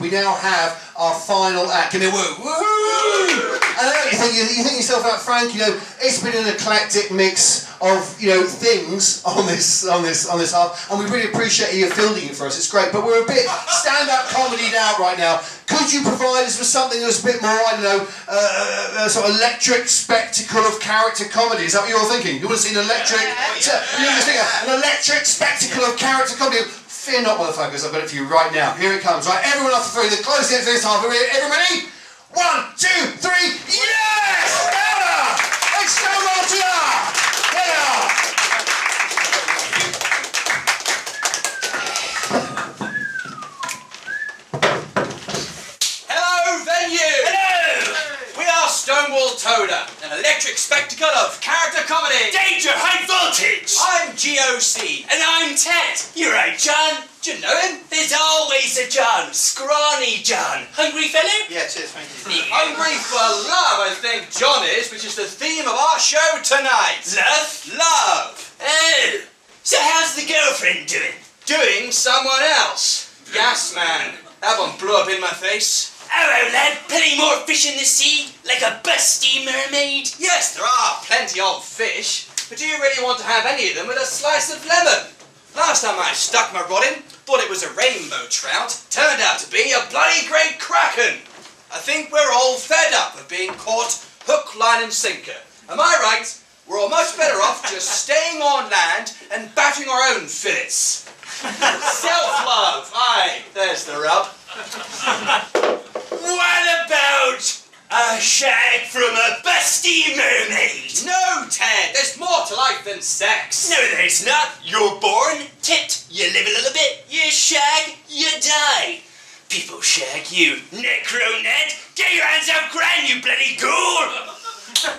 we now have our final act. Give me a woo. Woo! I know you think you, you think yourself out, Frank. You know it's been an eclectic mix of you know things on this on this on this half, and we really appreciate you fielding it for us. It's great, but we're a bit stand-up comedy out right now. Could you provide us with something that's a bit more I don't know, uh, uh, sort of electric spectacle of character comedy? Is that what you're thinking? You want to see an electric? You just think of an electric spectacle of character comedy. Fear not, motherfuckers! I've got it for you right now. Here it comes. Right, everyone off the three. The close end to this half. Everybody. One, two, three, yes! Anna! Excelmatia! Anna! Hello, venue! Hello! We are Stonewall Toda, an electric spectacle of character comedy. Danger, high voltage! I'm GOC. And I'm Ted. You're right, John. Do you know him? There's always a John. Scrawny John. Hungry fellow? Yeah, cheers, thank you. Hungry for love, I think John is, which is the theme of our show tonight. Love? Love. Oh. So how's the girlfriend doing? Doing someone else. Yes, man. That one blew up in my face. Hello, lad. Plenty more fish in the sea? Like a busty mermaid? Yes, there are plenty of fish, but do you really want to have any of them with a slice of lemon? Last time I stuck my rod in, thought it was a rainbow trout, turned out to be a bloody great kraken. I think we're all fed up of being caught hook, line, and sinker. Am I right? We're all much better off just staying on land and batting our own fillets. Self love, aye, there's the rub. What about a shag from a busty mermaid? No, Ted, there's more to life than sex. No, there's not. You're born, tipped, you live a little bit, you shag, you die. People shag you, Necronet. Get your hands up, Gran, you bloody ghoul!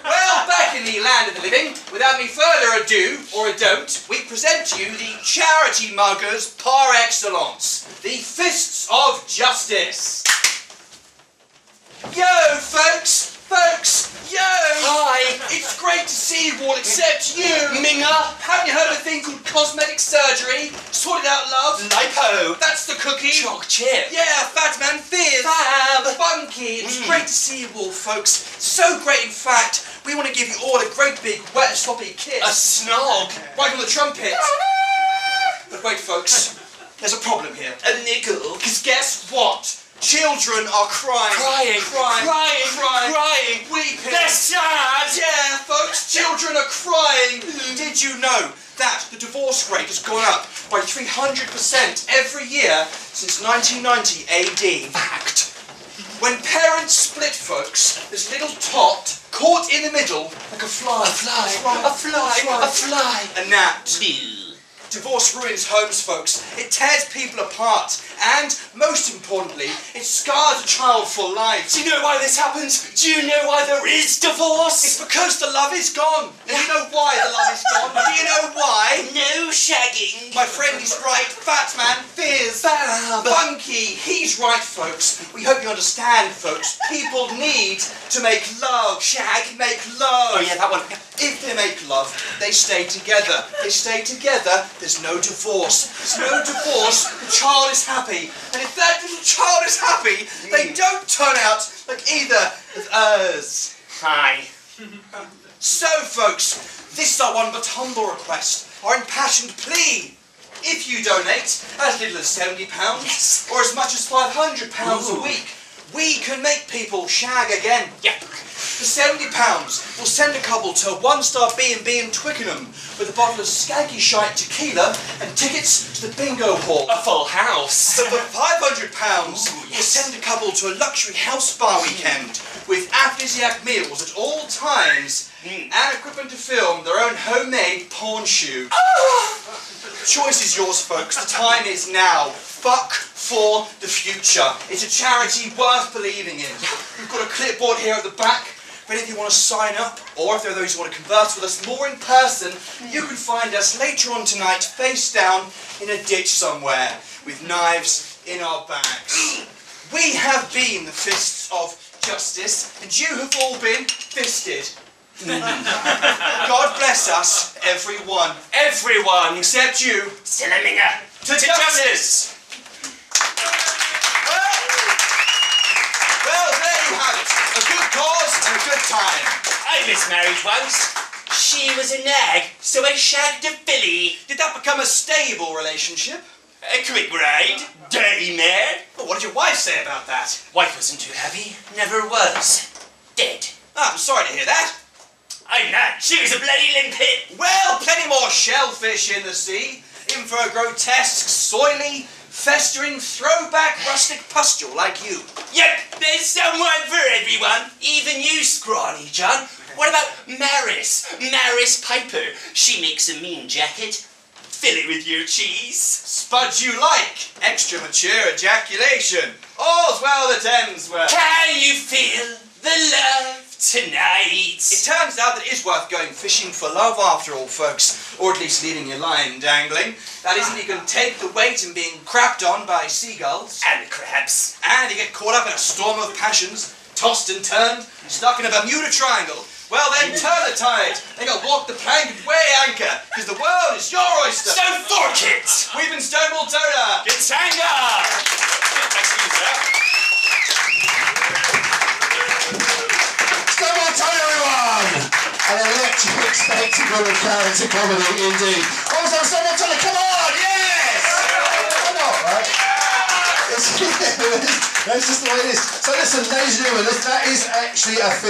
Well, back in the land of the living, without any further ado or a don't, we present to you the charity muggers par excellence, the fists of justice. Yo, folks, folks, yo! Hi. It's great to see you all except you. Minger, Haven't you heard of a thing called cosmetic surgery? Sorted out love. lipo, That's the cookie. chalk chip, Yeah, Fat Man Fizz. fab. Mm. Funky, it's great to see you all, folks. So great, in fact, we want to give you all a great big wet sloppy kiss. A snog, Right on the trumpet. but wait, folks, there's a problem here. a niggle, Because guess what? Children are crying. crying, crying, crying, crying, crying. weeping. They're sad. Yeah, folks, children are crying. Did you know that the divorce rate has gone up by 300% every year since 1990 AD? Fact. When parents split, folks, this little tot caught in the middle like a fly. A fly, fly, a fly, a fly. A gnat. Divorce ruins homes, folks. It tears people apart. And, most importantly, it scars a child for life. Do you know why this happens? Do you know why there is divorce? It's because the love is gone. Do you know why the love is gone? Do you know why? No shagging. My friend is right. Fat man fears. Fab. Funky. He's right, folks. We hope you understand, folks. People need to make love. Shag, make love. Oh yeah, that one. If they make love, they stay together. They stay together, there's no divorce. There's no divorce, the child is happy. And if that little child is happy, Mm. they don't turn out like either of us. Hi. So, folks, this is our one but humble request, our impassioned plea. If you donate as little as £70 Yes. or as much as £500 Ooh. a week, we can make people shag again. Yep. For seventy pounds, we'll send a couple to a one-star B&B in Twickenham with a bottle of skaggy shite tequila and tickets to the bingo hall. A full house. But for five hundred pounds, Ooh, we'll yes. send a couple to a luxury house bar weekend with aphrodisiac meals at all times Mm. and equipment to film their own homemade porn shoot. Choice is yours, folks. The time is now. Fuck for the future. It's a charity worth believing in. We've got a clipboard here at the back. But if you want to sign up, or if there are those who want to converse with us more in person, you can find us later on tonight, face down in a ditch somewhere, with knives in our bags. We have been the fists of justice, and you have all been fisted. God bless us, everyone, Everyone except you. Salaminger. To justice. Well, time. I mismarried once. She was a nag, so I shagged a filly. Did that become a stable relationship? A quick ride, dirty mare. Well, what did your wife say about that? Wife wasn't too happy, never was. Dead. Ah, I'm sorry to hear that. I'm not. She was a bloody limpet. Well, plenty more shellfish in the sea. In for a grotesque, soily, festering, throwback rustic pustule like you. Yep, there's someone for everyone. Even you, scrawny John. What about Maris? Maris Piper. She makes a mean jacket. Fill it with your cheese. Spud you like. Extra mature ejaculation. All's well that ends well. Can you feel the love tonight? It turns out that it is worth going fishing for love after all, folks, or at least leaving your line dangling. That isn't, you can take the weight in being crapped on by seagulls, and crabs. and you get caught up in a storm of passions, tossed and turned, stuck in a Bermuda Triangle. Well then, turn the tide. They got walk the plank and weigh anchor, because the world is your oyster. Stone fork it. We've been Stonewall Toda. Katanga. Come on, tell everyone! An electric spectacle of character comedy, indeed. Also, someone tell her, come on, yes! Come on, right? It's, that's just the way it is. So listen, ladies and gentlemen, that is actually a film.